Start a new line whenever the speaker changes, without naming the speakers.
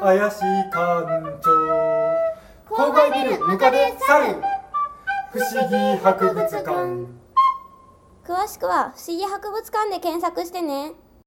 怪しい感情郊外ビルムカデ猿不思議博物館
詳しくは不思議博物館で検索してね